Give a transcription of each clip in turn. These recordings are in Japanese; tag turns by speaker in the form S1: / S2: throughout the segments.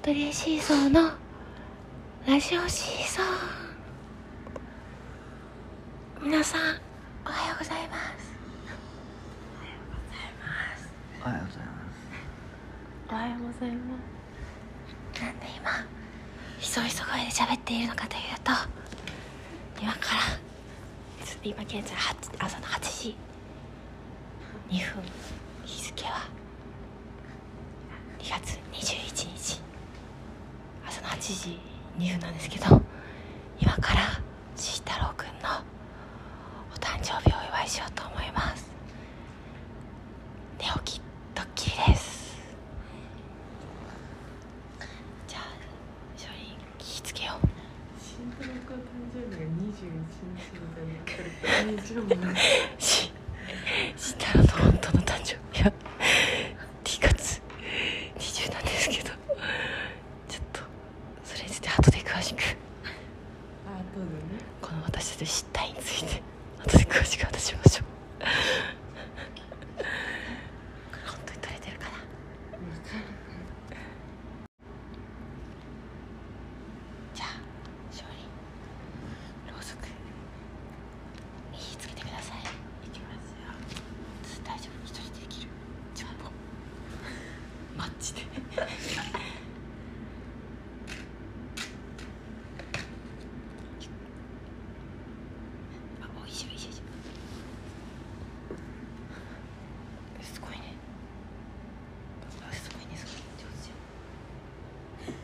S1: トレシーソーのラジオシーソー皆さんおはようございます
S2: おはようございます
S3: おはようございます
S1: なんで今ひそひそ声で喋っているのかというと今からちょっと今現在8朝の8時2分日付は2月21日朝の8時2分なんですけど今からし太郎くんのお誕生日をお祝いしようと思います寝起きドッキリですじゃあ書に気ぃつけよう
S3: 新太郎君誕生日が21日みたいな大丈夫なの
S1: ししたらの本当の誕生日は T 活20なんですけどちょっとそれについて後で詳しく
S3: あとでね
S1: この私たちの失態について後で詳しく話しましょう本当に取れてるかな
S3: わかる
S1: じゃあ勝利ろうそくに火つけてくださいいきますよ大丈夫一人でできるじゃあもうマッチであおいしょいしょいしょすごいねあすごいねすごい上手じゃん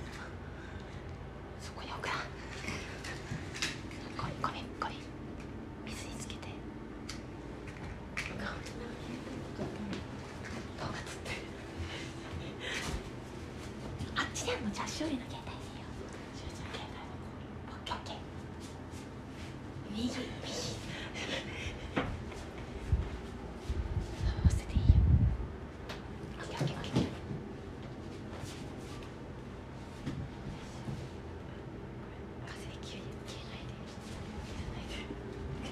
S1: そこに置くなゴミゴミゴミ水につけて動画撮ってるあっちにあるのじゃあしおりの携帯によしおりちゃん携帯のオッケーオッケー右右合わせていいよオッケーオッケーオッケー風で急に消えないで消えないで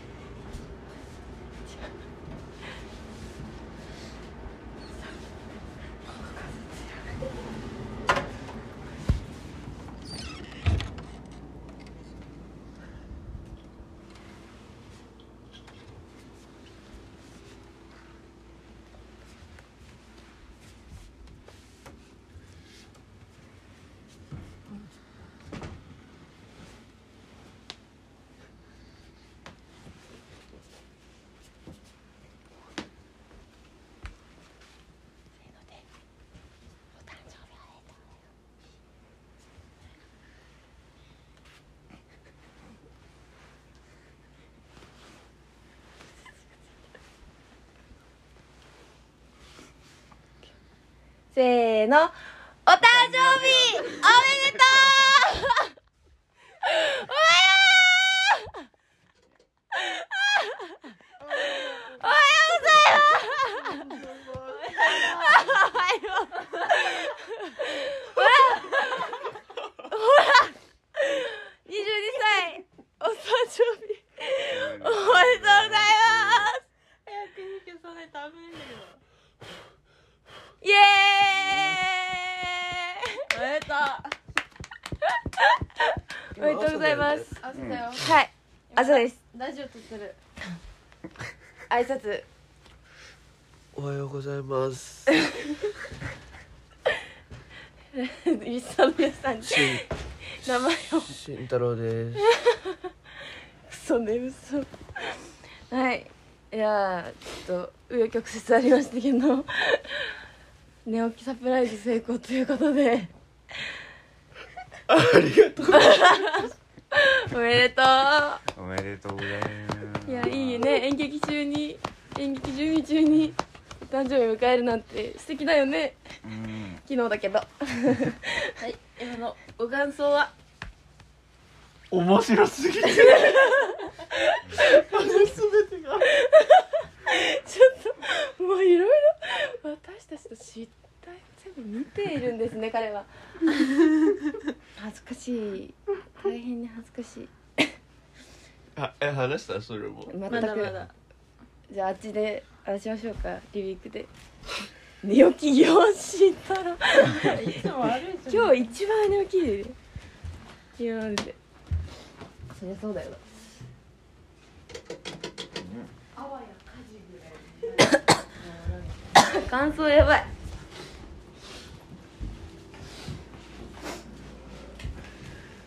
S1: せーのでお誕生日おめでとう
S4: せーの。お誕生日おめでとう !22 歳お誕生日おめでとうございます
S3: 早くに消さないと危ないよ
S4: イエーイおめでとうおめでとうございます
S3: 朝だよ
S4: はい朝です
S3: ラジオ撮ってる
S4: 挨拶
S2: おはようございます
S4: リスナーの皆さんに
S2: しん
S4: 名前を
S2: 慎太郎です
S4: クソね嘘はいいやーちょっと紆余曲折ありましたけど寝起きサプライズ成功ということで
S2: ありがとう
S4: おめでと
S5: おめでとうございます
S4: ういやいいね演劇中に演劇準備中にお誕生日を迎えるなんて素敵だよね
S5: うん
S4: 昨日だけど
S3: はい今のご感想は
S2: 面白すぎて
S4: ちょっともういろいろ私たちの失態を全部見ているんですね彼 は恥ずかしい大変に恥ずかしい
S2: あえ話したそれも
S4: 全く
S3: まだまだ
S4: じゃああっちで話しましょうかリビックで
S1: 寝起きよ慎太郎
S3: いつも悪いじゃん
S1: 今日一番寝起きで今まででそりゃそうだ よな 感想やばいね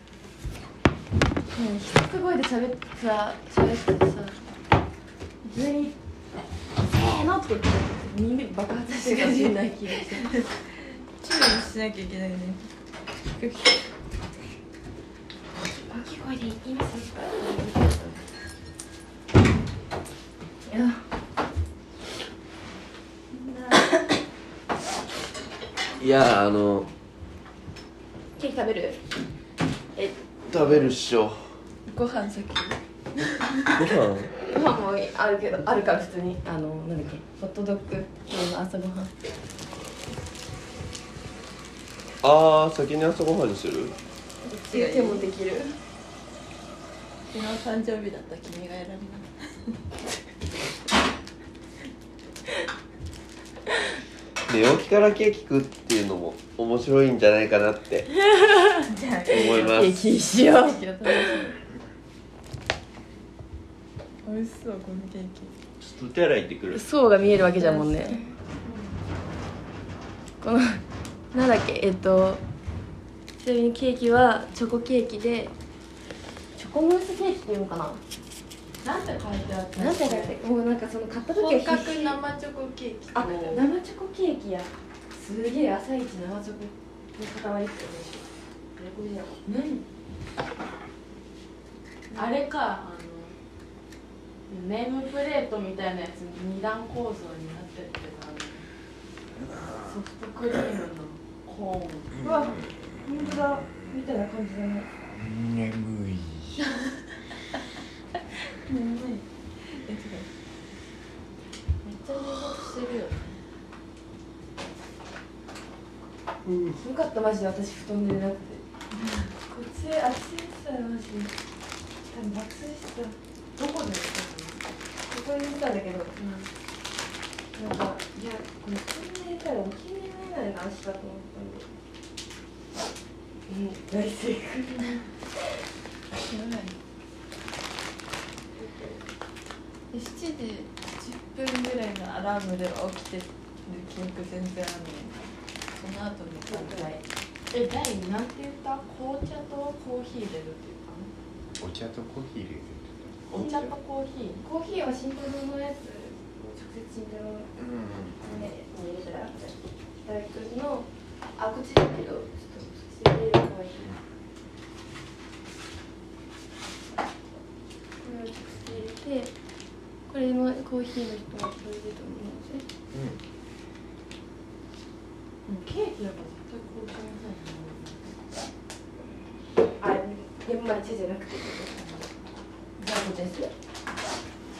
S1: え一つ声で喋ってさ喋ってさ全員「せーの」とか言ってたけど耳爆発してるかもしれない気がして
S3: 注意しなきゃいけないね
S1: 大きい声で言いますいや
S2: いやあの
S1: ケーキ食べる
S2: 食べるっしょ
S1: ご飯先
S2: ご飯
S1: ご飯もあるけどあるから普通にあのなんだっけホットドッグ今日の朝ごはん
S2: ああ先に朝ごはんにする
S1: 言ってもできる
S3: 昨日誕生日だった君が選びな
S2: 寝起きからケーキ食うっていうのも面白いんじゃないかなって思いま
S1: ケー
S2: す
S1: キにしよう
S3: ケーキが楽しみ美味しそうこのケーキ
S2: ちょっと手洗い行ってくる
S1: 層が見えるわけじゃもんねこのなんだっけえっとちなみにケーキはチョコケーキでチョコムースケーキっていうのかな
S3: なんて書いてあった
S1: なんてだってもうなんかその買った時は
S3: 本
S1: 必
S3: 格
S1: 死
S3: 生チョコケーキ
S1: あ生チョコケーキやすげえ朝一生チョコの塊って嬉しい喜びだよ
S3: 何あれかあのネームプレートみたいなやつ二段構造になってるけどあのソフトクリームのコーン
S1: うわ本当だみたいな感じだね
S6: 眠い
S3: 眠いえ違うめっちゃ寝言してるよね
S1: よかったマジで私布団で 寝なくてこっちあっちでしたよマジで多分爆睡してた
S3: どこで寝て
S1: ここに寝てたんだけど
S3: たの、
S1: なんかいやこれ布団で寝たら起きれないな明日と思ったんでうん大正解
S3: うん、やばいえ7時10分ぐらいのアラームでは起きてる記憶全然あるのにその後に考ええ、第なんて言った紅茶とコーヒー入れるっていう
S6: お茶とコーヒー入れて
S3: かなお茶とコーヒ
S1: コーヒーは慎太郎のやつ直接慎太郎ね、入れたら、大君の、あ、こっちだけど、ちょっと、入れるかわいい。これを直接入れて、これもコーヒーの人はこれでと思うので、
S3: ーもうケーキだから絶対紅茶みたいなの
S1: あ、でもまあ、茶じゃなくて。じゃあ、こっちにする。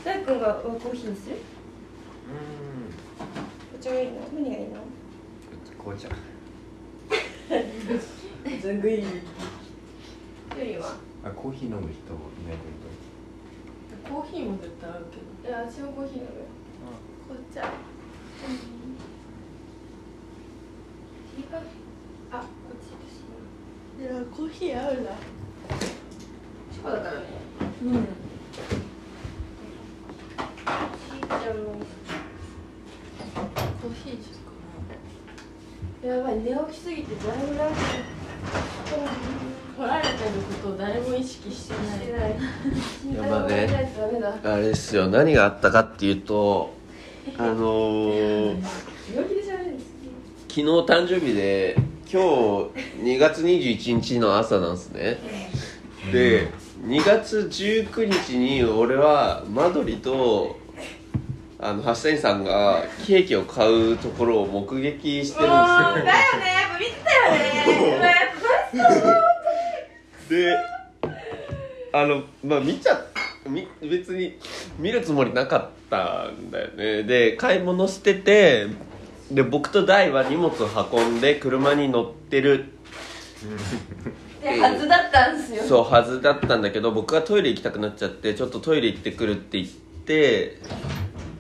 S1: 大君がコーヒーにする。
S6: う
S1: こっちがいいの、何がいいの。
S6: ん紅茶
S1: ずんぐい。よりは。
S6: あコーヒー飲む人いない
S3: コーヒーも絶対あるけ
S1: い
S3: ど
S1: や、私もコーヒー飲む。
S3: 紅茶
S1: ティーカフェあ、こっちです。
S3: いやコーヒー合うな
S1: チョコだからね。
S3: うん
S1: しーちゃんの
S3: コーヒーですか
S1: やばい寝起きすぎてだいぶラッ
S3: な取られてることを誰も意識して
S1: キー
S3: ない
S1: してない。
S2: やば
S1: 心配も考え
S2: いね
S1: ないとダメだ。
S2: あれですよ何があったかっていうとあのー、
S1: 寝起きで喋るんです。
S2: 昨日誕生日で今日2月21日の朝なんですねで2月19日に俺はマドリとあの橋谷さんがケーキを買うところを目撃してるんですよ であのまあ見ちゃっみ別に見るつもりなかったんだよねで買い物しててで僕と大は荷物運んで車に乗ってる
S1: で、はずだったんですよ。
S2: そうはずだったんだけど僕がトイレ行きたくなっちゃってちょっとトイレ行ってくるって言って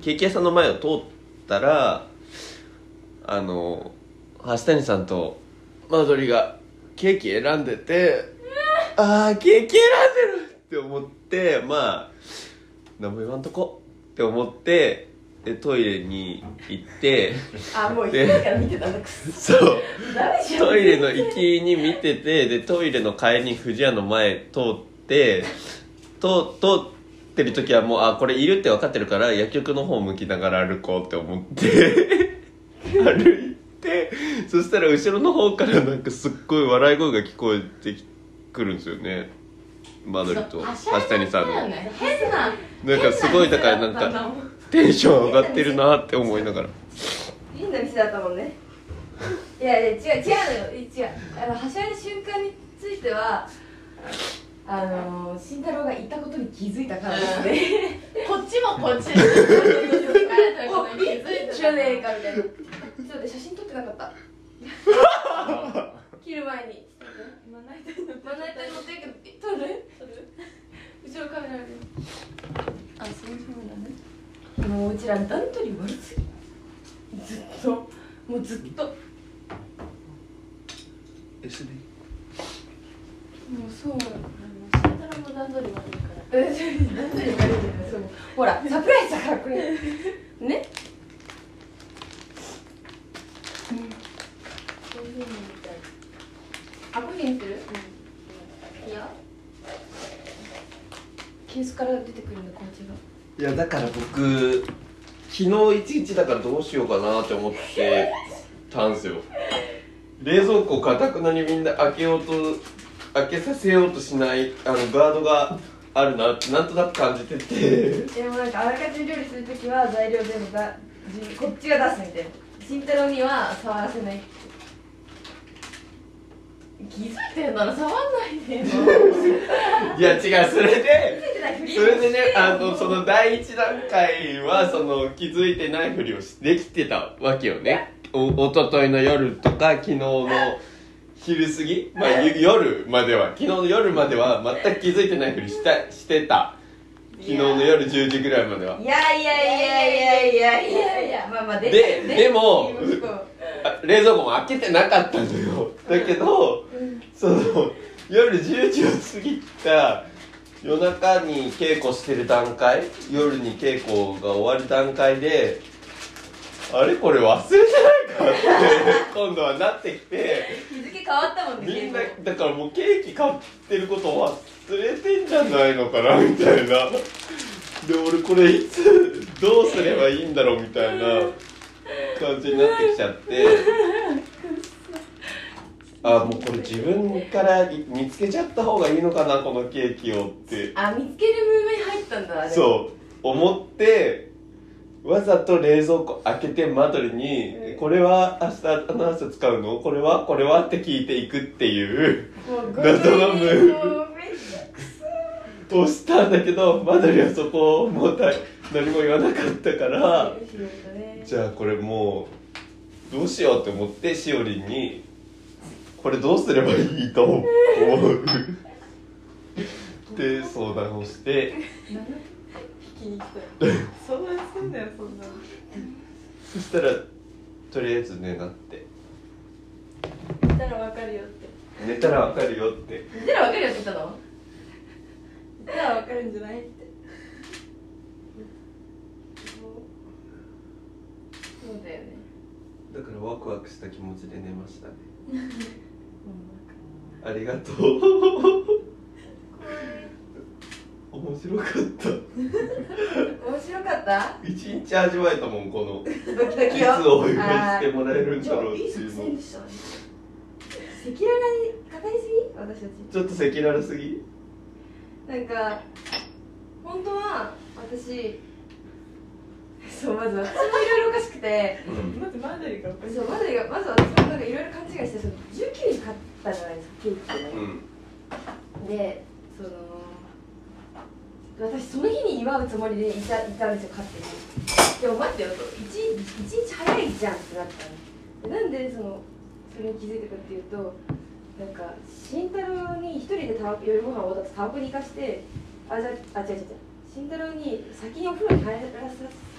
S2: ケーキ屋さんの前を通ったらあの橋谷さんとマドリがケーキ選んでてああケーキ選んでるって思ってまあ何も言わんとこって思ってでトイレに行って
S1: あもう一回から見てたんだくそ
S2: そう
S1: 誰じゃん
S2: トイレの行きに見ててでトイレの帰りに不二家の前通ってと通ってる時はもうあこれいるって分かってるから薬局の方向きながら歩こうって思って歩いてそしたら後ろの方からなんかすっごい笑い声が聞こえてくるんですよねマドリと橋谷さんの
S1: 変な
S2: なんかすごいだからなんかテンション上がってるなって思いながら
S1: 変な店だったもんねいやいや違う違うのよ違うあのはしゃいだ瞬間についてはあの慎太郎が行ったことに気づいたからです ね
S3: こっちもこっちです
S1: お
S3: 気
S1: え
S3: づいて
S1: 知らねえかみたいなちょっと待って写真撮ってなかった 切る前に
S3: まな板に乗って
S1: まな板に持ってるけど撮る撮る後ろカメラあるよ
S3: あそういうふうだね
S1: もううちら段取り悪すぎずっともうずっともうそう
S3: あの慎太郎も段取り悪いから
S1: えそれ段取り悪いじゃないそうほらサプライズだからこれね
S3: そういうふうにみたい
S1: あこれにするいやケースから出てくるんだこっちが
S2: いやだから僕昨日一日だからどうしようかなって思ってたんですよ冷蔵庫かたくなにみんな開けようと開けさせようとしないあのガードがあるなってなんとなく感じてて
S1: でもなんかあらかじめ料理するときは材料全部だじこっちが出すみたいな慎太郎には触らせない
S3: 気づいてんなら触んないでよ
S2: いや違うそれで
S1: 気づいてないふり
S2: それでねあのその第一段階はその気づいてないふりをしできてたわけよねおおとといの夜とか昨日の昼過ぎ、まあ、ゆ夜までは昨日の夜までは全く気づいてないふりしたしてた昨日の夜10時ぐらいまではい
S1: やいやいやいやいやいやいやまあまあ出
S2: ででも
S1: いい息子
S2: あ冷蔵庫も開けてなかったのよだけど、その夜10時を過ぎた夜中に稽古してる段階夜に稽古が終わる段階であれこれ忘れて ないかって今度はなってきて
S1: 日付変わったもんね
S2: みんな
S1: 結構
S2: だからもうケーキ買ってることを忘れてんじゃないのかなみたいなで俺これいつどうすればいいんだろうみたいな感じになってきちゃってあもうこれ自分からい見つけちゃった方がいいのかなこのケーキをって
S1: あ見つけるムーブに入ったんだあれ
S2: そう思ってわざと冷蔵庫開けてマドリに「これは明日あの朝使うのこれはこれは?」って聞いていくっていう。
S1: もう
S2: 謎のムーブ
S1: もうめっちゃ
S2: 押したんだけどマドリはそこをもうた何も言わなかったから
S1: 広いんだね
S2: じゃあこれもうどうしようって思ってしおりんにこれどうすればいいと思うで相談をして
S3: 聞きに来たよ相談すんだよそんなの
S2: そしたらとりあえずねなって
S3: 言ったらわかるよって
S2: 寝たらわかるよって
S1: 見たら分かるよって言ったの
S3: 言ったらわかるんじゃないって
S1: そうだよね
S2: だからワクワクした気持ちで寝ましたね
S1: うん
S2: ありがとう面白かった
S1: 面白かった
S2: 一日味わえたもん
S1: ド
S2: この
S1: キド
S2: い
S1: キ
S2: つ
S1: よ
S2: お祝いしてもらえるん
S1: じ
S2: だ
S1: ゃあ
S2: ろうって
S1: いい
S2: い
S1: 作
S2: う
S1: 戦
S2: の
S1: でしたね赤裸々に語りすぎ私たち
S2: ちょっと赤裸々すぎ
S1: なんか本当は私そうまず私もいろいろおかしくて
S3: まずマドリがおかしい
S1: そうまずまず私もなんかいろいろ勘違いしてその19に買ったじゃないですかケーキをね
S2: うん
S1: でその私その日に祝うつもりでいたいたんですよ勝手にでも待ってよと一日一日早いじゃんってなったのでなんでそのそれに気づいたかっていうとなんか慎太郎に一人でた夜ご飯をたばこに行かしてあじゃあ違う違う違う慎太郎に先にお風呂に入らさ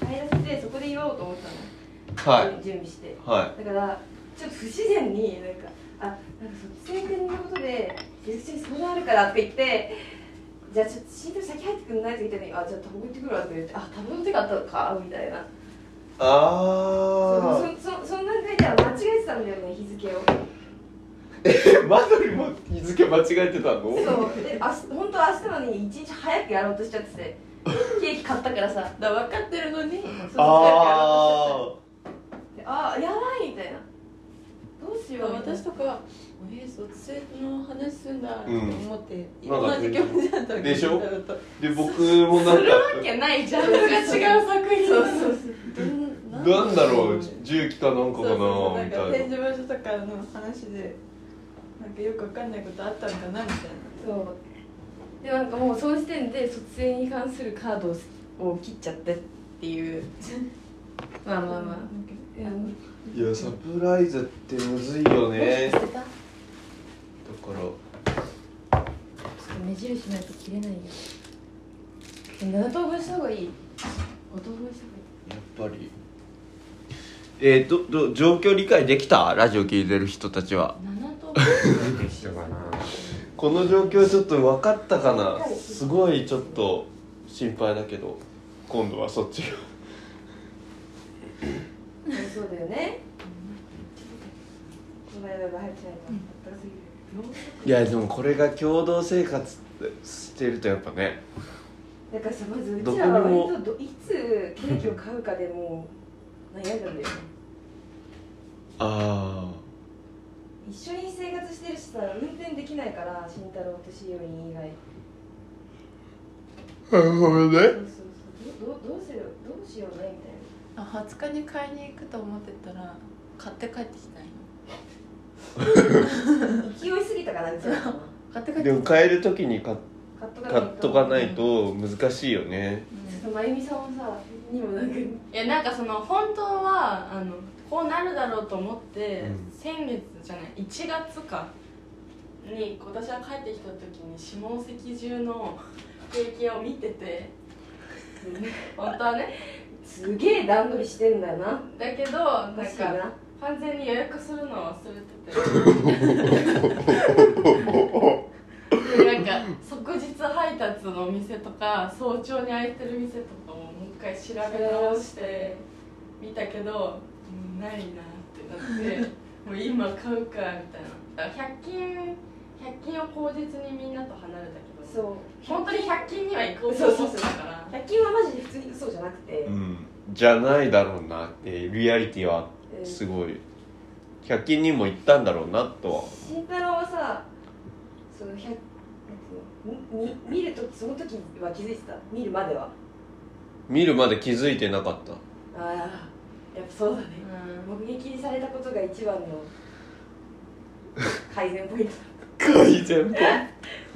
S1: 入らせてそこで祝おうと思ったの
S2: はい
S1: 準備して
S2: は
S1: だからちょっと不自然になんかあなんかそっち君のことでゆずちゃんに相談あるからって言ってじゃあちょっと新藤先入ってくんないって言ったのにあじゃあタバコ行ってくるわって言ってあタバコの手があったのかみたいない
S2: ああ
S1: そそそその段階では間違えてたんだよね日付を
S2: マドリも日付間違えてたの
S1: そうであ本当は明日なのに一日早くやろうとしちゃっててケーキ買ったからさだから分かってるのにその日早くやろうとしちゃって
S2: あ
S1: であやばいみたいなどうしようみたいな
S3: 私とか「えー、卒生の話すんだ」って思って、
S2: うん
S3: 同じ気持ちだったわけ
S2: でしょ
S3: だと
S2: あで僕もなんか
S1: いやないじ
S3: ジ
S1: ゃ
S3: ャ
S1: ん
S3: ンルが違う作品
S1: そうそうそう
S3: ど
S2: なんだろう
S3: そう
S2: 重機かなんか
S3: そ
S2: か
S3: うそう
S2: な
S3: なん
S2: み
S3: か
S2: た
S3: 展
S2: いな
S3: 示場所とかの話でなんかよくわかんないことあったんかなみたい
S1: そうでなんかもうその時点で卒生に関するカードを切っちゃってっていうまあ
S3: な
S1: まあまあいやもう
S2: いやサプライズってむずいよねだ
S1: 捨
S2: か
S1: てたちょ
S2: ら
S1: っと目印ないと切れないよ7等分した方がいい5等分した方がいい
S2: やっぱりえー、どど状況理解できたラジオ聞いてる人たちは
S3: 7と
S7: できたかな
S2: この状況ちょっと分かったかなすごいちょっと心配だけど今度はそっちが
S1: そうだよねこの間が入ってないのあったかすぎる
S2: いやでもこれが共同生活してるとやっぱね
S1: だからさまずう
S2: ど
S1: ち
S2: こ
S1: ら
S2: に
S1: は
S2: も
S1: 割とどいつケーキを買うかでもう悩んだんだよね
S2: あ
S1: 一緒に生活してるしさ運転できないから慎太郎としおりん以外
S2: あなるほどね
S1: そうそうそうどどどうするどうしようねみたいな
S3: あ20日に買いに行くと思ってたら買って帰ってきたんよ
S1: 勢いすぎたかなうちら は
S3: 買って帰っ
S2: で
S3: て
S2: も帰る時に買っ
S1: 買っと
S2: 買っとかないと難しいよね
S1: ちょっとまゆみさんもさにもなんか
S8: いやなんかその本当はあのこうなるだろうと思って、
S2: うん
S8: 先月じゃない1月かに私が帰ってきた時に下関中の景気を見てて本当はね
S1: すげえ段取りしてんだよな
S8: だけどなん
S1: 確か
S8: か
S1: な
S8: 完全に予約するのを忘れててでなんか即日配達のお店とか早朝に開いてる店とかももう一回調べ直して見たけどうんないなって なってもう今買うかみたいなだから100均100均を口実にみんなと離れたけど
S1: そう
S8: 本当に100均には行こうと思ってたから
S1: 100均はマジで普通に嘘じゃなくて、
S2: うんじゃないだろうなってリアリティは
S1: うん
S2: すごい100均にも行ったんだろうなとは
S1: 慎太郎はさその100なんていうのみ見見るとその時は気づいてた見るまでは
S2: 見るまで気づいてなかった
S1: ああやっぱそうだね目撃されたことが一番の改善ポイント
S2: 改善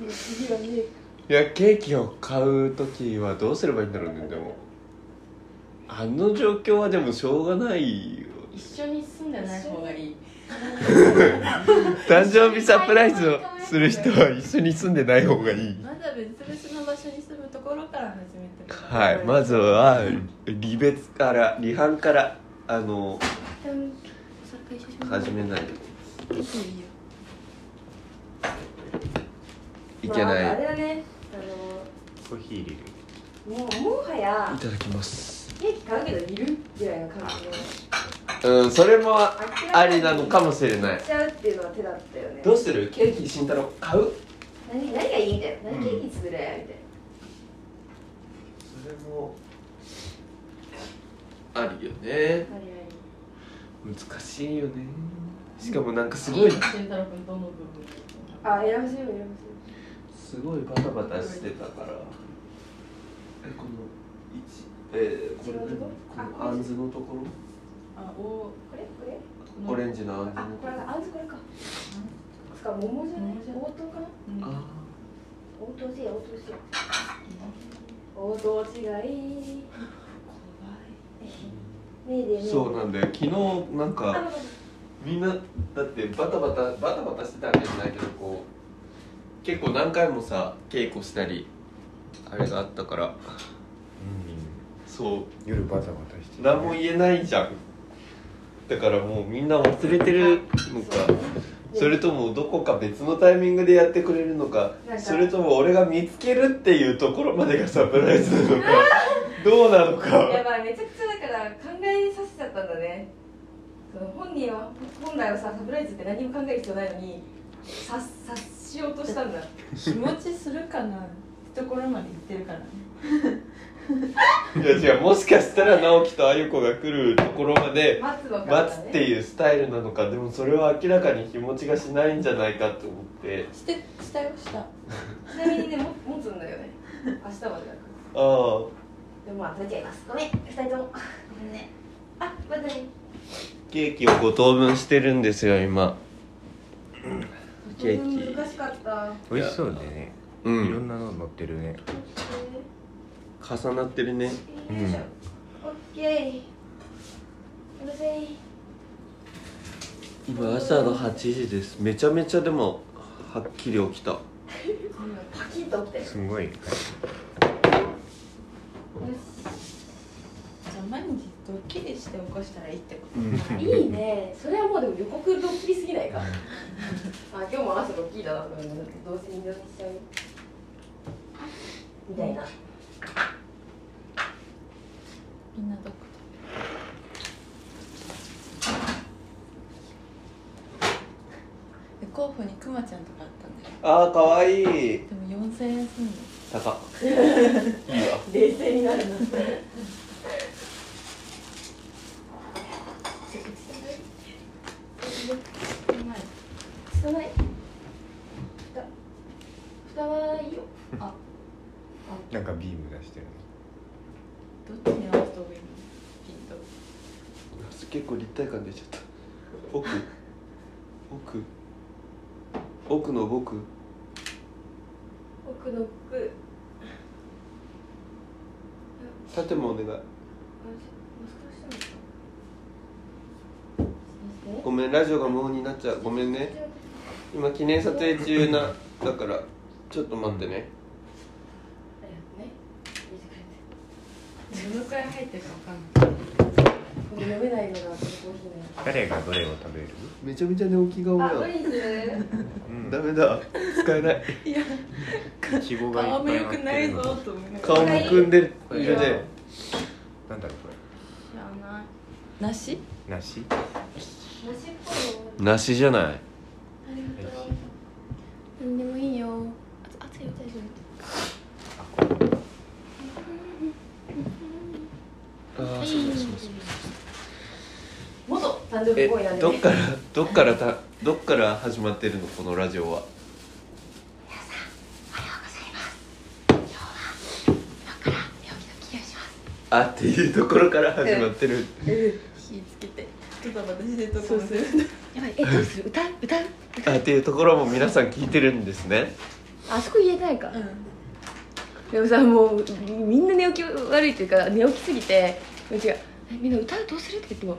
S1: 次はね
S2: いやケーキを買う時はどうすればいいんだろうねでもあの状況はでもしょうがないよ
S8: 一緒に住んでない方がいい
S2: 誕生日サプライズをする人は一緒に住んでない方がいい
S3: まだ別々の場所に住むところから始めてるから
S2: はいまずは離別から離反からあの始めない いけ
S1: まあ、あ
S2: ない
S1: れはね
S7: コーヒー入れる
S1: あのもうもはや
S2: いただきます
S1: ケーキ買うけどいるぐらいの感じで
S2: うんそれもありなのかもしれな
S1: 買
S2: い
S1: っちゃうっていうのは手だったよね
S2: うするケーキ慎太郎買う
S1: 何何がいいみたいな何ケーキ作れみたいな
S2: それもありよね
S1: ありあり
S2: 難しいよねしかもなんかすごい
S8: 慎太郎君どの部分
S1: あ選ばせよう選ばせよう
S2: すごいバタバタしてたからえこの一えー、これ
S1: 違うとこ
S2: 何こ
S1: あ
S2: のあんずのとこ
S8: あお
S1: これこれ
S2: ろオレンジのあんず
S1: あ
S2: のと
S1: こ
S2: こ
S1: れ
S2: ろ
S1: あんずこれかつか桃じゃない
S8: 桃じゃない
S1: 応答かな
S2: あー
S1: 応答せよ応答せよ応答違い 怖いねえでねえで
S2: そうなんだよ昨日なん
S1: あ
S2: か
S1: ごめん
S2: みんなだってバタバタバタバタしてたわけじゃないけどこう結構何回もさ稽古したりあれがあったから
S7: うん
S2: そ
S7: 夜バタバタして
S2: う何も言えないじゃんだからもうみんな忘れてるのかそれともどこか別のタイミングでやってくれるのか
S9: なんか
S2: それとも俺が見つけるっていうところまでがサプライズ なのかどうなの
S9: いや
S2: か
S9: まあめちゃくちゃだから考えさせちゃったんだねその本人は本来はさサプライズって何も考える必要ないのに察察しようとしたんだ
S3: 気持ちするかなってところまで行ってるからね
S2: いや違うもしかしたら直樹とあゆこが来るところまで
S9: 待つのか
S2: 待つっていうスタイルなのかでもそれは明らかに日持ちがしないんじゃないかと思って
S3: してしたよした
S9: ちなみにねも持つんだよね明日までだから
S2: ああ
S9: でもまあ食べちゃいますごめん二人ともごめんねあまたね
S2: ケーキを5等分してるんですよ今ケーキ
S9: 難しかった
S6: 美味しそうでね、
S2: う
S6: いろん
S2: ん
S6: なの乗ってるね
S2: 重なってるね
S9: えーよいしょオッケーうるせい
S2: 今朝の8時ですめちゃめちゃでもはっきり起きた
S9: パキッと起きてよし
S6: すごい
S3: じゃあ毎日ドッキリして起こしたらいいってこ
S9: いいねそれはもうでも予告ドッキリすぎないかあ 今日も朝ドッキリだなと思ってどうせ二度寝しちゃうみたいな
S3: とみんなどこで候補にクマちゃんとかあったんだよ
S2: あーかわいい
S3: でも4000円すんの
S2: 高 っ
S9: 冷静になるな食汚い蓋蓋はいいよ
S6: なんかビーム出してるね
S3: どっちに合わせた方がいいのピンと
S2: 結構立体感出ちゃった奥奥奥の僕
S9: 奥の奥
S2: 縦もお願いごめんラジオが無音になっちゃうごめんね今記念撮影中なだからちょっと待ってね
S3: どのくらい入ってるかわかんない
S9: 飲めないのがコーヒ
S6: 誰がどれを食べる
S2: めちゃめちゃ寝起き顔
S9: ーなの。あ、ど
S2: や
S9: れにする？
S6: うん
S2: ダメだ使えない
S6: いちごがいっぱい
S3: 顔も良くないぞ
S6: 乗ってるの
S3: と思いながら
S2: 顔むくんでる
S6: こ
S2: い
S6: れ
S2: る
S6: が
S2: ね
S6: なんだろうこ
S3: 知らない梨
S6: れ
S9: 梨
S6: 梨
S9: っぽいの。
S2: 梨じゃない
S10: 何でもいいよあ熱いよ大丈夫
S2: ああそうだそうだそう
S9: 元誕生
S2: だ
S9: 日
S2: え
S9: ボーイなんで、ね。
S2: どっからどっからたどっから始まってるのこのラジオはあっていうところから始まってる
S3: 火つけてドタバタしてるとこ
S1: そうする
S10: やばいえどうする歌う歌う
S2: あっていうところも皆さん聞いてるんで すね
S1: あそこ言えないか
S3: うん
S1: でもさもうみみんな寝起き悪いっていうか寝起きすぎてうちが「えみんな歌うどうする?」って言っても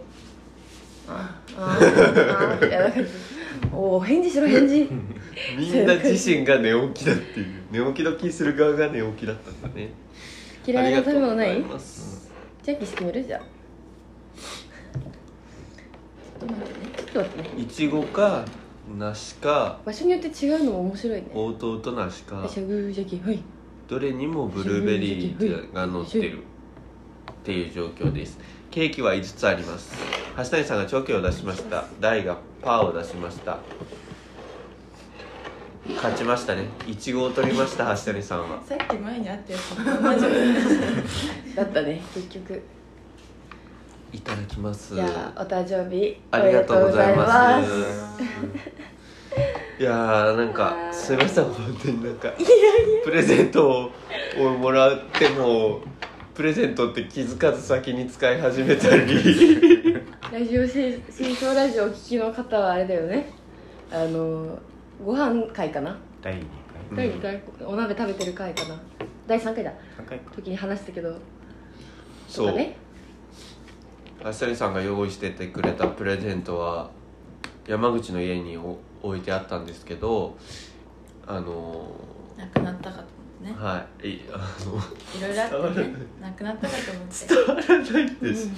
S1: 「ああああ」みたいな感じおお返事しろ返事
S2: みんな自身が寝起きだっていう寝起きドキする側が寝起きだったんだね
S1: 嫌いな食べ物な
S2: あり
S1: い
S2: がとうござます
S1: ジャッキしてみるじゃあちょっと待ってねちょっと待ってね
S2: いちごか梨か
S1: 場所によって違うのも面白いね
S2: 応答と梨か
S1: シャグジャッキはい
S2: どれにもブルーベリーが乗ってるっていう状況ですケーキは5つあります橋谷さんがチョキを出しました大がパーを出しました勝ちましたねいちごを取りました橋谷さんは
S3: さっき前にあったやつマジで
S1: だったね結局
S2: いただきます
S1: じゃあお誕生日
S2: ありがとうござい
S1: お
S2: ま
S1: め
S2: す
S1: でとうござい
S2: いやーなんか
S1: あー
S2: すいません本当になんかプレゼントをもらってもプレゼントって気づかず先に使い始めたり
S1: ますラジオし新潮ラジオをお聞きの方はあれだよねあのご飯会かな、
S6: 第2
S2: うん
S1: 第
S6: 回
S1: 二回お鍋食べてる会かな第3回だ
S6: 3回か
S1: 時に話したけどと
S2: そ
S1: か
S2: う
S1: ね
S2: あっさりさんが用意しててくれたプレゼントは山口の家にお置いてあったんですけどあの
S3: なくなったかと思っね
S2: はいいあの
S3: いろいろあってねなくなったかと思って
S2: 伝わらないです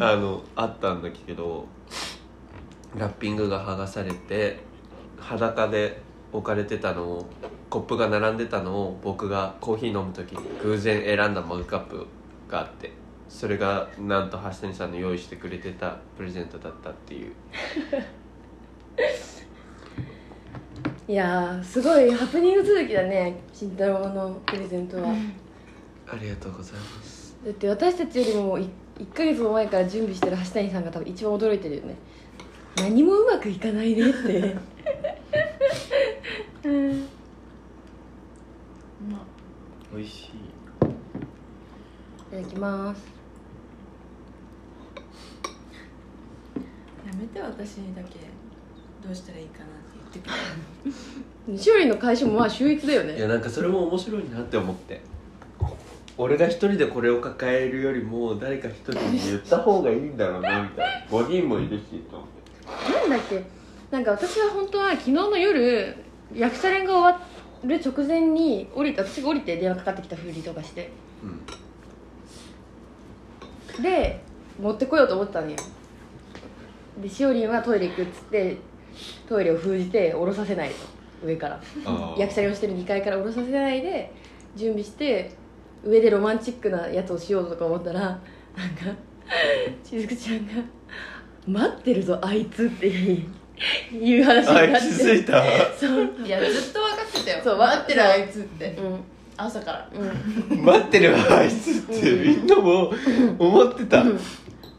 S2: あのあったんだけどラッピングが剥がされて裸で置かれてたのをコップが並んでたのを僕がコーヒー飲む時に偶然選んだマグカップがあってそれがなんと橋谷さんの用意してくれてたプレゼントだったっていう
S1: いやーすごいハプニング続きだね慎太郎のプレゼントは、
S2: ありがとうございます
S1: だって私たちよりもい1ヶ月も前から準備してる橋谷さんが多分一番驚いてるよね何もうまくいかないねってうん
S3: まあ
S6: 美味しい
S1: いただきます
S3: やめて私にだけどうしたらいいかなって言ってくれ
S1: しおりの会社もまあ秀逸だよ
S2: い
S1: ね
S2: やなんかそれも面白いなって思って俺が一人でこれを抱えるよりも誰か一人に言った方がいいんだろうなみたいな5人もいるしと思って
S1: なんだっけなんか私は本当は昨日の夜役者連が終わる直前に降りた私が降りて電話かかってきたふりとかして
S2: うん
S1: で持ってこようと思ったのよでしおりんはトイレ行くっつってトイレを封じて下ろさせないと上から
S2: あー
S1: 役者をしてる2階から下ろさせないで準備して上でロマンチックなやつをしようとか思ったらなんかしずくちゃんが「待ってるぞあいつ」っていう話に
S2: あ
S1: なっ
S2: 気
S1: て
S2: づいた
S1: そう
S3: いやずっと分かってたよ
S1: そう
S3: 待ってるあいつって
S1: うん
S3: 朝から
S1: うん
S2: 待ってるわあいつってみんなも思ってた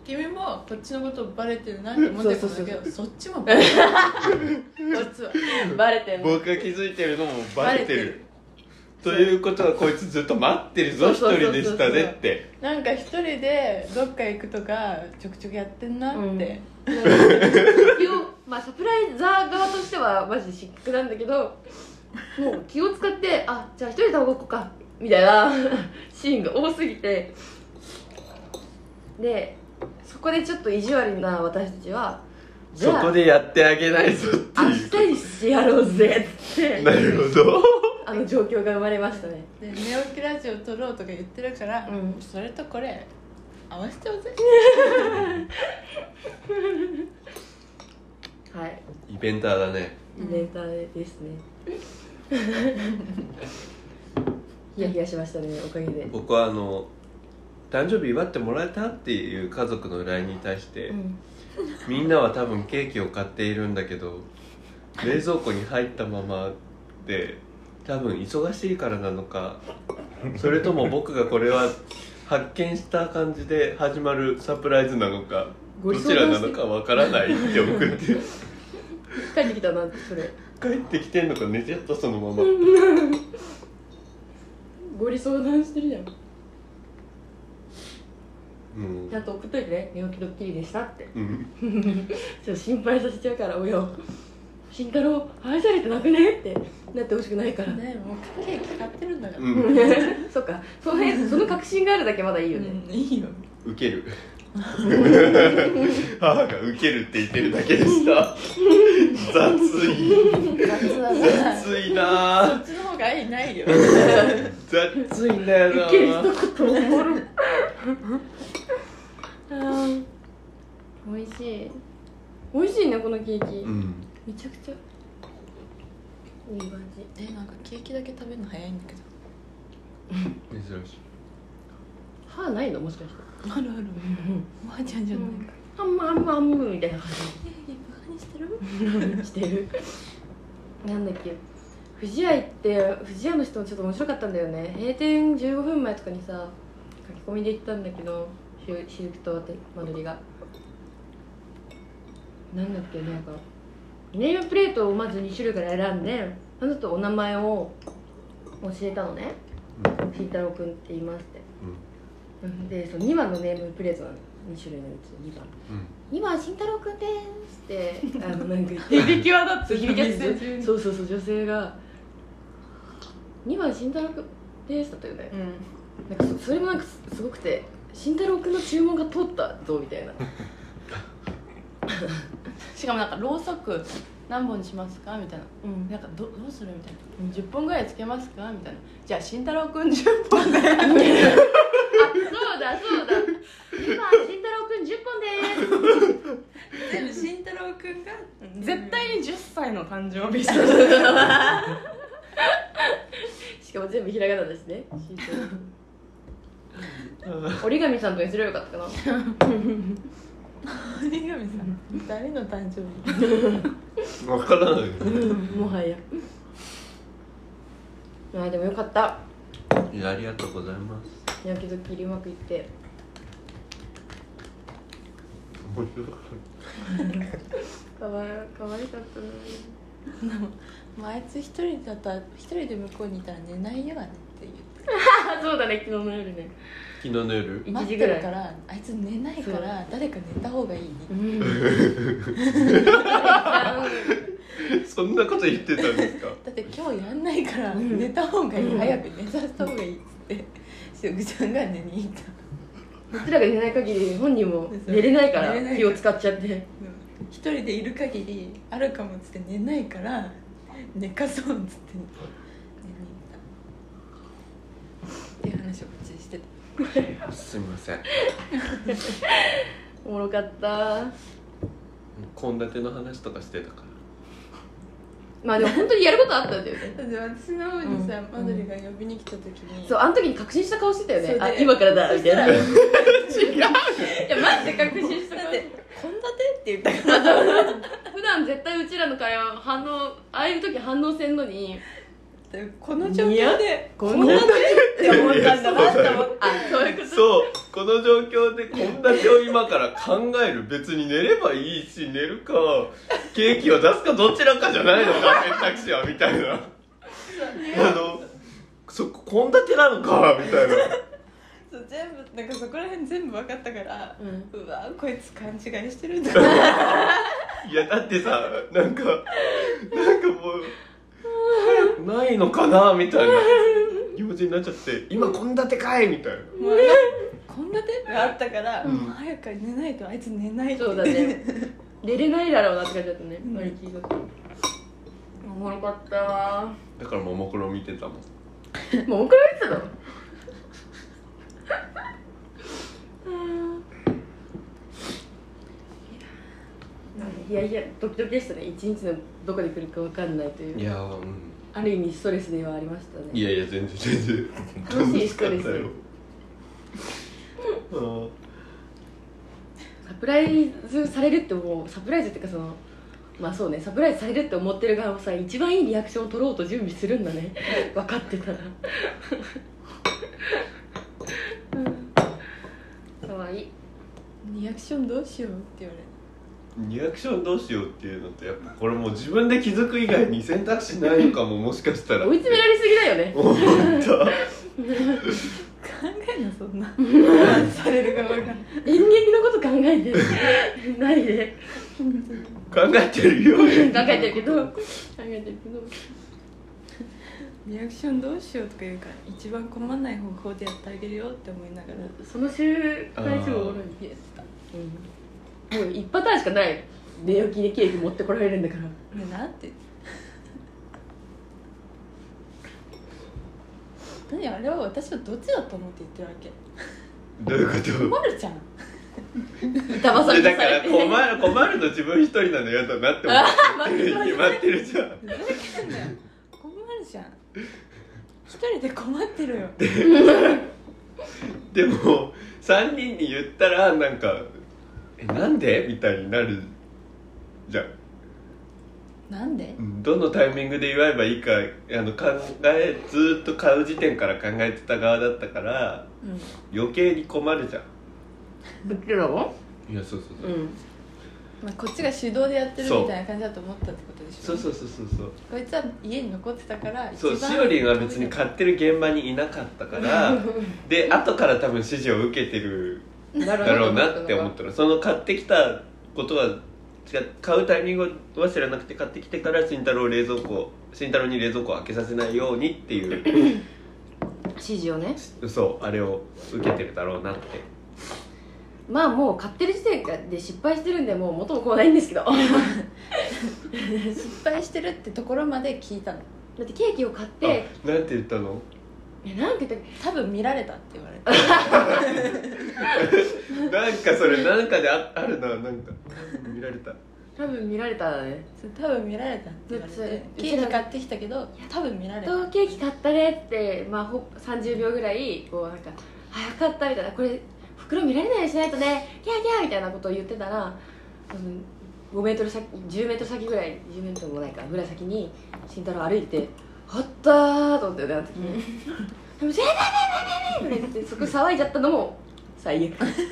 S3: 君もこっちのことバレてるなって思ってたんだけどそっちもバレて る実は
S1: バレてんの
S2: 僕が気づいてるのもバレてるということはこいつずっと待ってるぞ一
S1: そうそうそう
S2: 人
S1: そう
S2: でしたねって
S3: なんか一人でどっか行くとかちょくちょくやってんなって、
S1: うん
S3: で
S1: よまあサプライザー側としてはマジで失格なんだけどもう気を使ってあじゃあ一人で動こうかみたいな シーンが多すぎてでそこでちょっと意地悪な私たちはじ
S2: そ
S1: ゃ
S2: こ
S1: あ
S2: でやってあげな いぞって
S1: 明
S2: いう
S1: 日にしてやろうぜっつって
S2: なるほど
S1: あの状況が生まれましたね
S3: 寝起きラジオ撮ろうとか言ってるから、
S1: うん
S3: それとこれ合わせておぜ
S1: はい
S2: イベンターだね
S1: イベンターですね ヒヤヒヤしましたねおかげで
S2: 僕はあの誕生日祝ってもらえたっていう家族の LINE に対して、
S1: うん
S2: みんなは多分ケーキを買っているんだけど冷蔵庫に入ったままで多分忙しいからなのかそれとも僕がこれは発見した感じで始まるサプライズなのか
S1: ご
S2: ど
S1: ちそ
S2: ち
S1: うだ
S2: ら
S1: ね
S2: なのかわからないって送って
S1: 帰ってきたなってそれ
S2: 帰ってきてんのか寝ちゃったそのまま
S1: ご理相談してるじゃん
S2: うん
S1: ちゃんと送っといてね寝起きドッキリでしたって
S2: うん
S1: ちょっと心配させちゃうから親を慎太郎愛されてなくねってなってほしくないから、
S3: ねもうケーキ買ってるんだから、
S2: うん
S1: そっかその辺その確信があるだけまだいいよね、
S3: うんいいよ
S2: ウケる母がウケるって言ってるだけでした雑い雑いな
S3: そ
S2: ぁ
S3: っちの方が愛ない よ
S2: 雑いんだよなぁ
S1: ける人言思 る美味しい美味しいねこのケーキ、
S2: うん
S1: めちゃくちゃいい感じ
S3: えなんかケーキだけ食べるの早いんだけど
S2: 珍しい
S1: 歯ないのもしかして
S3: あるあるおばあちゃんじゃない
S1: あ
S3: か、
S1: んまあんまあんまみたいな感じ
S3: ケーキバカにしてる
S1: してるなんだっけ藤屋行って藤屋の人もちょっと面白かったんだよね閉店15分前とかにさ書き込みで行ったんだけどしゅしずくと間取りがなんだっけなんかネームプレートをまず2種類から選んであなたとお名前を教えたのね「慎太郎君って言います」って、うん、でその2番のネームプレートなの2種類のうち2番「2番慎太郎君です」ってあのなんか言って
S3: 響きはだっ
S1: そう
S3: て
S1: 響き合って
S3: 水中に
S1: そうそうそう女性が「2番慎太郎くんです」だったよね
S3: う
S1: な
S3: ん
S1: んかそそれもなんかすすごくて慎太郎くんの注文が通ったぞみたいな
S3: しかもなんかろうそく
S8: 何本にしますかみたいな、うん、なんかどどうするみたいな、うん、10本ぐらいつけますかみたいなじゃあ慎太郎君10本
S1: そ
S8: で
S1: うだそうだ今慎太郎くん10本で
S3: 全部慎太郎くんが
S8: 絶対に10歳の誕生日
S1: すしかも全部ひらがなですね慎太郎くん折り紙さんとかにすればよかったかな
S3: 折り紙さん誰の誕生日
S2: 分からない
S1: もはやまあでもよかった
S2: いやありがとうございます
S1: 焼きドッキリうまくいって
S6: 面白かっ
S1: かわかわいかったな
S3: まああいつ一人だったら一人で向こうにいたら寝ないよあれって言って
S1: あそうだね昨日の夜ね
S2: 昨日の夜
S1: 1
S3: 待
S1: 時
S3: っ
S1: ぐ
S3: て
S1: ら
S3: る
S1: い
S3: からあいつ寝ないから誰か寝た方がいいね
S1: うん
S2: そんなこと言ってたんですか
S3: だって今日やんないから寝た方がいい、早く寝させた方がいいっつってしおぐちゃんが寝に行った
S1: うちらが寝ない限り本人も寝れないか
S3: 寝れないからら
S1: 気を使っちゃって
S3: 一人でいる限りあるかもっつって寝ないから寝かそうっつって寝に行ったっていう話をこっちでしてた
S2: すみません
S1: おもろかった
S2: 献立の話とかしてたから
S1: まあでも本当にやることあったんだよね
S3: だって私の方にさ、
S1: うん
S3: マドリが呼びに来た時に
S1: そうあの時に確信した顔してたよね
S3: そう
S1: あ
S3: で
S1: 今からだみたいな違ういやマジで確信した
S3: だっ
S1: 顔
S3: て「献立」って言ったから
S1: 普段絶対うちらの会話反応ああいう時反応せんのに
S3: この状況で「
S1: こ
S3: 献
S1: んな
S3: 立」って思ったんだなって思って
S1: あそういうこと
S2: そうこの状況で献立を今から考える別に寝ればいいし寝るかケーキを出すかどちらかじゃないのか選択肢はみたいなあのそこ献立なのかみたいな
S3: そう全部なんかそこら辺全部分かったから、
S1: う
S3: うんわこいつ勘違いしてるんだな
S2: いやだってさなんかなんかもうないのかなみたいな気持ちになっちゃって今献立かいみたいな
S3: もう献立があったから、もう早く寝ないとあいつ寝ないって
S1: そうだね寝れないだろうなって感じだったね、あれ聞いた時おもろかったわ
S2: だからももクロ見てたもん
S1: もう怒られてたのいやいやドキドキでしたね一日のどこで来るか分かんないという
S2: いやうん
S1: ある意味ストレスではありましたね
S2: いやいや全然全然
S1: 楽しいストレス
S2: うん
S1: サプライズされるってもうサプライズっていうかそのまあそうねサプライズされるって思ってる側もさ一番いいリアクションを取ろうと準備するんだね 分かってたらうんかわいい
S3: リアクションどうしようって言われ
S2: リアクションどうしようっていうのとやっぱこれもう自分で気づく以外に選択肢ないのかももしかしたら
S1: 追い詰められすぎだよね
S2: 思った
S3: 考えなそんなされる側が
S1: 演劇のこと考えてないで
S2: 考えてるよ
S1: 考えてるけど考えてるけど
S3: リアクションどうしようとか言うから一番困んない方法でやってあげるよって思いながら
S1: その週会長おもろい
S3: 言って
S1: うんもう一パターンしかない寝起きでケーキ持ってこられるんだから
S3: たでなんて何あれは私はどっちだと思って言ってるわけ
S2: どういうこ
S3: 困るじゃん
S1: 騙
S2: と
S1: さ
S2: で
S1: れ
S2: だ
S1: て
S2: か
S1: され
S2: ら
S1: て
S2: 困る困るの自分一人なの嫌だなって 思ってる決まってるじゃん
S3: 困るじゃん一人で困ってるよ
S2: でも3人に言ったらなんか「えなんで?」みたいになるじゃん
S3: なんで
S2: うんどのタイミングで祝えばいいかあの考えずーっと買う時点から考えてた側だったから
S3: うん
S2: 余計に困るじゃん
S1: ぶっきらぼ
S2: いやそうそう
S1: う
S2: そうん
S3: まあ、こっちが主導でやってるみたいな感じだと思ったってことでしょ
S2: そうそうそうそうそう
S3: こいつは家に残ってたから一
S2: そう
S3: 番
S2: しおりんは別に買ってる現場にいなかった からで後から多分指示を受けてる
S1: だ
S2: だろうなって思ったのその買ってきたことは違う買うタイミングは知らなくて買ってきてから慎太郎冷蔵庫慎太郎に冷蔵庫を開けさせないようにって いう
S1: 指示をね
S2: そうあれを受けてるだろうなって
S1: まあもう買ってる時点で失敗してるんでもう元も子もないんですけど
S3: 失敗してるってところまで聞いたの
S1: だってケーキを買って
S2: あなんて言ったの
S1: いやなんて言ったっ
S3: 多分見られたって言われて
S2: なんかそれなんかでああるななんか見られた
S1: け多分見られたらね
S3: そう多分見られたって言われ
S1: だって
S3: て
S1: そ
S3: ケ
S1: れ
S3: ーキ買ってきたけど多分見られた
S1: とケーキ買ったねって、まあ、ほ30秒ぐらいこうなんか「あよかった」みたいな「これ袋見られないようにしないとねギャーギャー」みたいなことを言ってたらあの5メートル先10メートル先ぐらい10メートルもないかぐらい先に慎太郎歩いて「あったー」と思ったよねあの時に「でも全然ねねねねね」ってそこ騒いじゃったのも最悪全て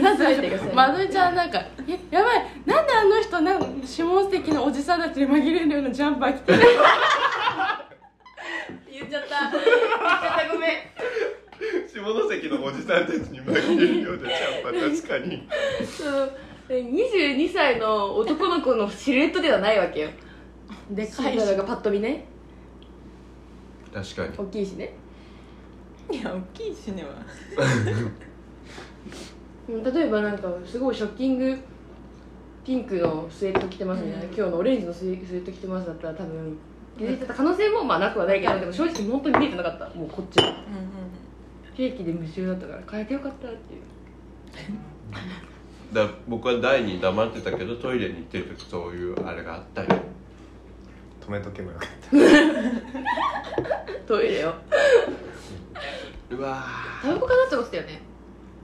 S1: が最悪
S8: まどりちゃんなんか「えやばいなんであの人なん下関のおじさんたちに紛れるようなジャンパー着てる
S1: 言っちゃった言っちゃったごめん
S2: 下関のおじさんたちに紛れるようなジャンパー確かに
S1: その22歳の男の子のシルエットではないわけよ
S8: で
S1: カ
S8: か
S1: イ
S8: い
S1: ロ
S8: し
S1: がパッと見ね
S2: 確かに
S1: 大きいしね
S3: いや大きいしねは
S1: うん例えばなんかすごいショッキングピンクのスウェット着てますみたいな、
S3: うん
S1: 今日のオレンジのスウェスウェット着てますだったら多分気づいてた可能性もまあなくはないけどでも正直本当に見えてなかったもうこっちは
S3: うんうん
S1: ケーキで夢中だったから変えてよかったっていう
S2: だ僕は台に黙ってたけどトイレに行ってる時そういうあれがあったよ
S6: 止めとけばよかっ
S1: トイレを
S2: うわ
S1: タバコかなって思ってたよね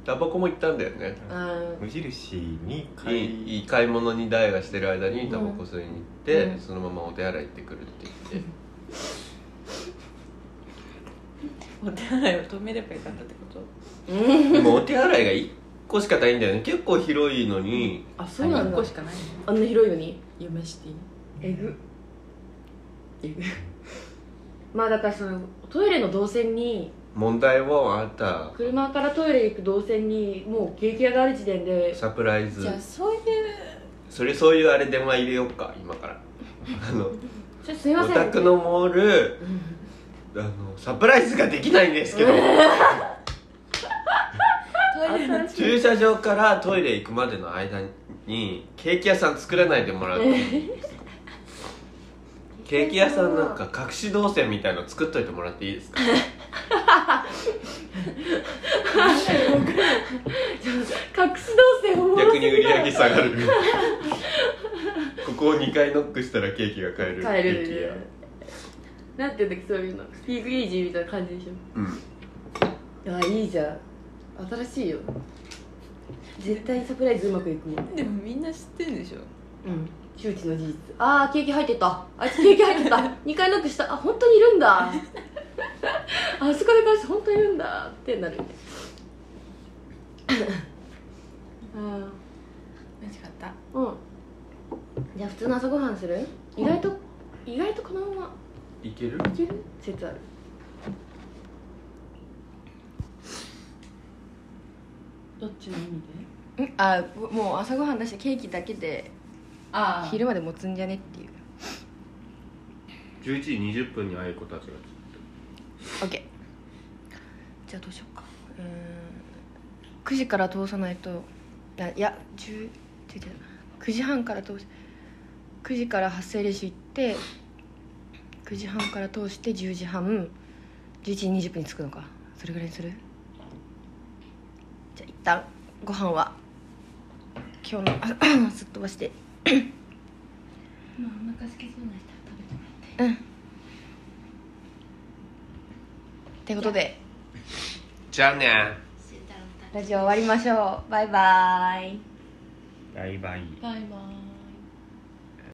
S2: ータバコも行ったんだよね
S1: あ
S6: た無印に
S2: いいいい買い物に台がしてる間にタバコ吸いに行って、
S1: うん
S2: そのままお手洗い行ってくるって言って、
S3: お手洗いを止めればよかったってこと
S1: ー うん
S2: でもお手洗いが1個しかないんだよね結構広いのに
S3: あ
S1: そうなんだ
S3: 1個しかないの
S1: あんな広いのに
S3: 夢シティ
S1: えぐえぐ まあだからそのトイレの動線に
S2: 問題はあった
S1: 車からトイレ行く動線にもうケーキ屋がある時点で
S2: サプライズ
S3: じゃあそういう
S2: それそういうあれ電話入れようか今か らあ
S1: ち
S2: の
S1: ょっとすいま
S2: お
S1: せん
S2: 宅のモールあのサプライズができないんです けど
S3: トイレの
S2: 駐車場からトイレ行くまでの間にケーキ屋さん作らないでもらうと ケーキ屋さんなんか隠し動線みたいの作っといてもらっていいですか
S1: 隠し動線を
S2: 逆に売り上げ下がる ここを2回ノックしたらケーキが買える
S1: 変え
S2: ケーキ屋
S1: るなんていうんだっけそういうのスピークイージーみたいな感じでし
S2: うん
S1: ょあいいじゃん新しいよ絶対サプライズうまくいくもん
S3: でもみんな知ってんでしょ
S1: うん周知の事実ああケーキ入ってたあいつケーキ入ってた2 回ノック したあ本当にいるんだあそこで返して本当にいるんだってなるあ
S3: 美味しかった
S1: ーうんじゃあ普通の朝ごはんする意外と意外とこのまま
S2: いけ
S1: い
S2: る
S1: ける説ある
S8: どっちの意味で
S1: あもう朝ごはん出してケーキだけで
S8: ああ
S1: まで持つんじゃねっていう
S2: 11時20分にああいう子たちが
S1: OK じゃあどうしようかうーん9時から通さないとあいや10違う違う9時半から通し9時から発声練習行って9時半から通して10時半11時20分に着くのかそれぐらいにするじゃあ一旦ご飯は今日の あすっ飛ばして
S9: まあお腹空きそうな人は食べてもらって
S1: ってことで
S2: じゃあね
S9: 慎太郎の誕生日
S1: ラジオ終わりましょうバイバーイ
S6: バイバイ
S8: バイバイ